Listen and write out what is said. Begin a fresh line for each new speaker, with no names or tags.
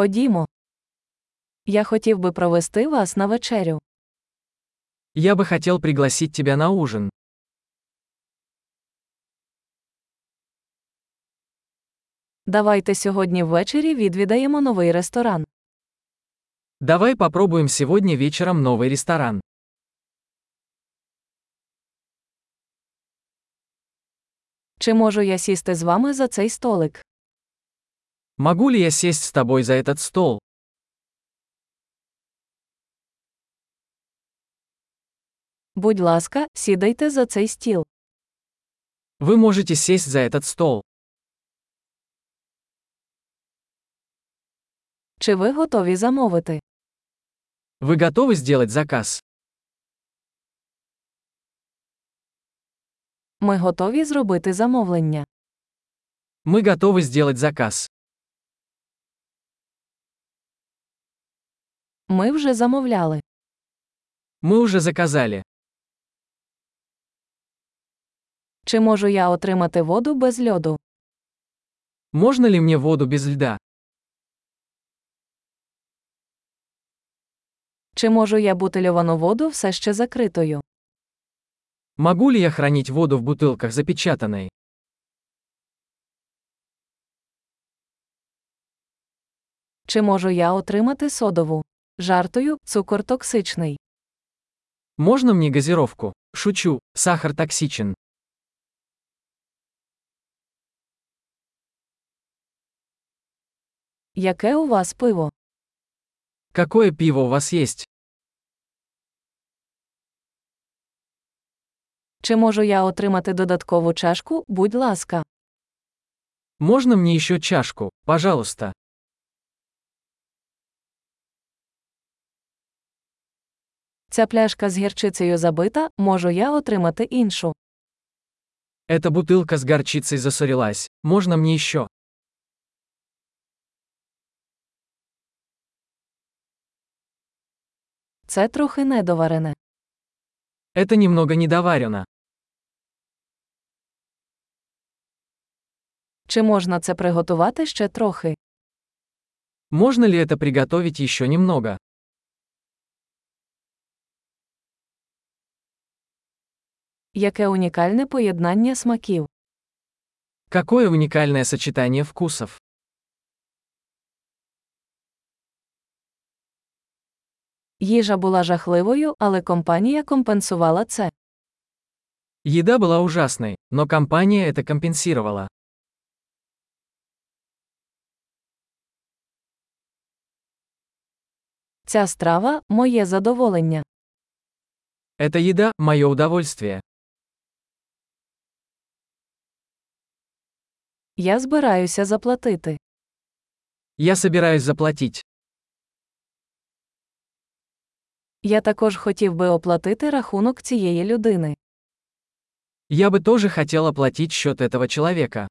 Ходімо. Я хотів би провести вас на вечерю.
Я бы хотел пригласить тебя на ужин.
Давайте сьогодні ввечері відвідаємо новий ресторан.
Давай попробуем сегодня вечером новый ресторан.
Чи можу я сісти з вами за цей столик?
Могу ли я сесть с тобой за этот стол?
Будь ласка, сідайте за цей стіл.
Вы можете сесть за этот стол.
Чи ви готові замовити?
Вы готовы сделать заказ?
Ми готові зробити замовлення.
Мы готовы сделать заказ.
Ми вже замовляли.
Мы уже заказали.
Чи можу я отримати воду без льоду?
Можно ли мне воду без льда?
Чи можу я бутильовану воду все ще закритою?
Могу ли я хранить воду в бутылках запечатанной?
Чи можу я отримати содову? Жартою, цукор токсичний.
Можно мне газировку? Шучу, сахар токсичен.
Яке у вас пиво?
Какое пиво у вас есть?
Чи можу я отримати додаткову чашку? Будь ласка.
Можно мне еще чашку, пожалуйста?
Ця пляшка з гірчицею забита, можу я отримати іншу.
Эта бутылка с горчицей засорилась. Можно мне еще?
Це трохи недоварене.
Это немного недоварено.
Чи можна це приготувати ще трохи?
Можно ли это приготовить еще немного?
Яке унікальне поєднання смаків.
Какое уникальное сочетание вкусов.
Їжа була жахливою, але компанія компенсувала це.
Еда была ужасной, но компания это компенсировала.
Ця страва моє задоволення.
Эта еда – мое удовольствие.
Я збираюся заплатити.
Я собираюсь заплатить.
Я також хотів би оплатити рахунок цієї людини.
Я бы тоже хотел оплатить счет этого человека.